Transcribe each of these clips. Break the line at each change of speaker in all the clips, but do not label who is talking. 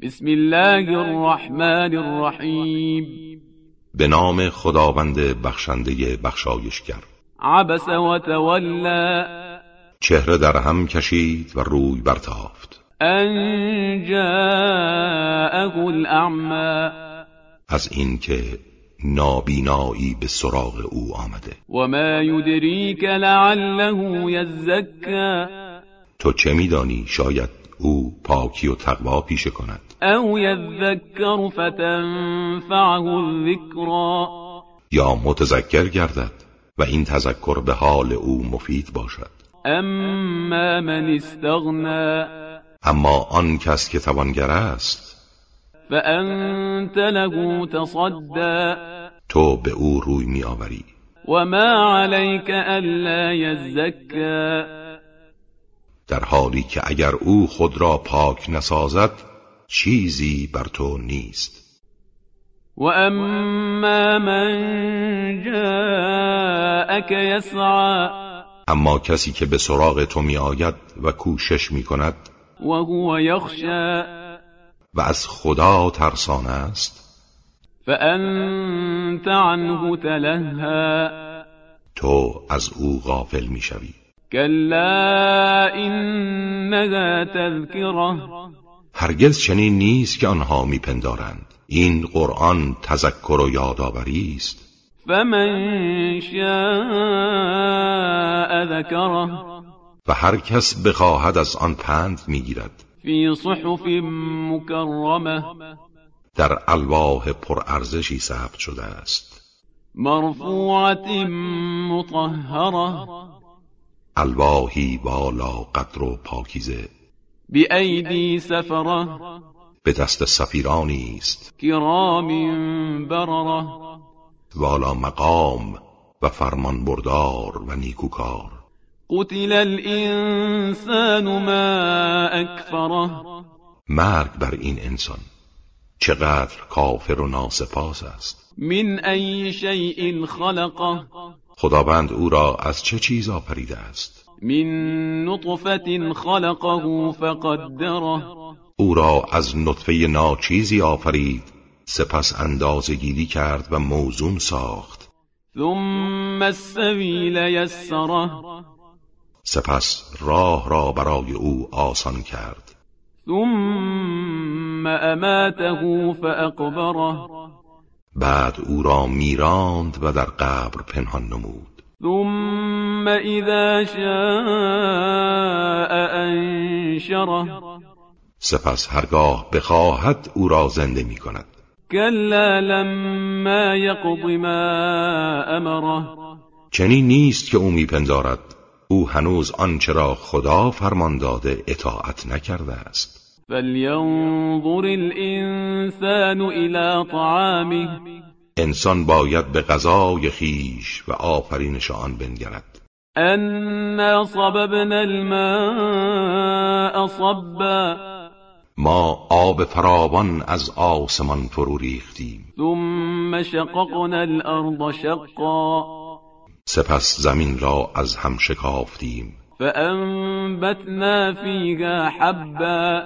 بسم الله الرحمن الرحیم
به نام خداوند بخشنده بخشایشگر
عبس و تولا
چهره در هم کشید و روی برتافت
ان جاءه الاعمى
از اینکه نابینایی به سراغ او آمده
وما یدریک لعله یزکا
تو چه میدانی شاید او پاکی و تقوا پیشه کند
او یذکر فتنفعه الذکرا
یا متذکر گردد و این تذکر به حال او مفید باشد
اما من استغنا
اما آن کس که توانگر است
فانت له تصدا
تو به او روی می آوری
وما عليك الا یزکا
در حالی که اگر او خود را پاک نسازد چیزی بر تو نیست
واما من جاءك يسعى
اما کسی که به سراغ تو می آید و کوشش می کند
وهو يخشى
و از خدا ترسان است
فانت عنه تلهى
تو از او غافل می شوی
كلا انها تذكره
هرگز چنین نیست که آنها میپندارند این قرآن تذکر و یادآوری است
فمن شاء ذكره
و هر کس بخواهد از آن پند میگیرد
في صحف مكرمه
در الواح پرارزشی ثبت شده است
مرفوعه مطهره
الواحی بالا قدر و پاکیزه
بايدي سفره
به دست سفیرانی است
كرام برره
والا مقام و فرمان بردار و نیکوکار
قتل الانسان ما اكفره
مرگ بر این انسان چقدر کافر و ناسپاس است
من اي شيء خلقه
خداوند او را از چه چیز آفریده است
من نطفه خلقه فقدره
او را از نطفه ناچیزی آفرید سپس اندازگیری کرد و موزون ساخت
ثم السبيل يسره
سپس راه را برای او آسان کرد
ثم اماته فاقبره
بعد او را میراند و در قبر پنهان نمود
ثم اذا شاء انشره
سپس هرگاه بخواهد او را زنده می کند
كلا لما يقض ما امره
چنین نیست که او میپندارد او هنوز آنچه را خدا فرمان داده اطاعت نکرده است
فلينظر الانسان الى طعامه
انسان باید به غذای خیش و آفرینش آن بنگرد
انا صببنا الماء صبا
ما آب فراوان از آسمان فرو ریختیم
ثم شققنا الارض شقا
سپس زمین را از هم شکافتیم
فانبتنا فيها حبا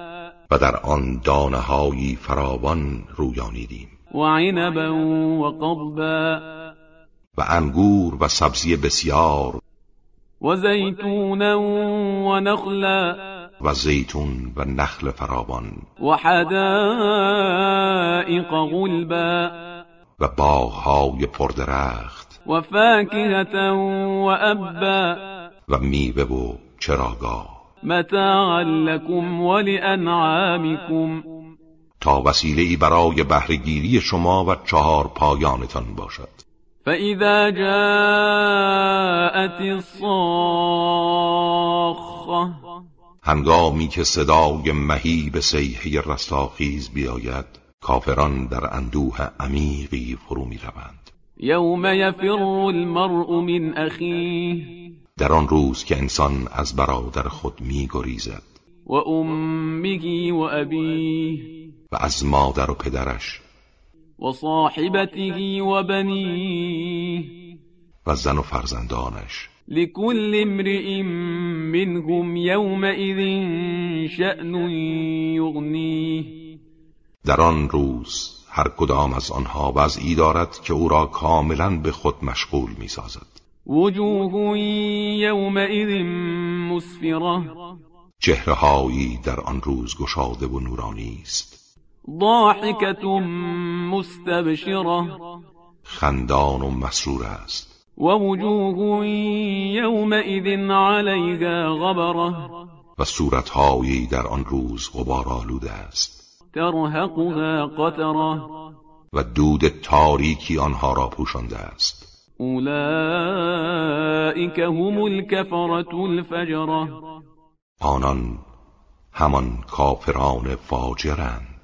و در آن دانههایی فراوان رویانیدیم
وعنبا وقضبا
و انگور و سبزی بسیار
وزيتونا ونخلا
و زیتون و نخل فراوان
وحدائق غلبا
و باغهای پردرخت
وفاكهة وأبا
و میوه و چراگاه
متاعا لكم ولأنعامكم
تا وسیلهای برای بهرهگیری شما و چهار پایانتان باشد
فإذا جاءت الصاخة
هنگامی که صدای مهی به سیحه رستاخیز بیاید کافران در اندوه عمیقی فرو می روند.
يوم يفر المرء من أخيه
در آن روز که انسان از برادر خود می گریزد
وأمه وأبيه
و از مادر و پدرش
وصاحبته وبنيه
و زن و فرزندانش
لكل امرئ منهم يومئذ شأن يغنيه
در آن روز هر کدام از آنها وضعی دارد که او را کاملا به خود مشغول می سازد
وجوه يومئذ مسفرة
چهرههایی در آن روز گشاده و نورانی است
ضاحكة مستبشرة
خندان و مسرور است
ووجوه يومئذ عليها غبرة
و صورتهایی در آن روز غبار آلوده است
ترهقها قترة
و دود تاریکی آنها را پوشانده است
أولئك هم الكفرة الفجرة
آنان همان کافران فاجرند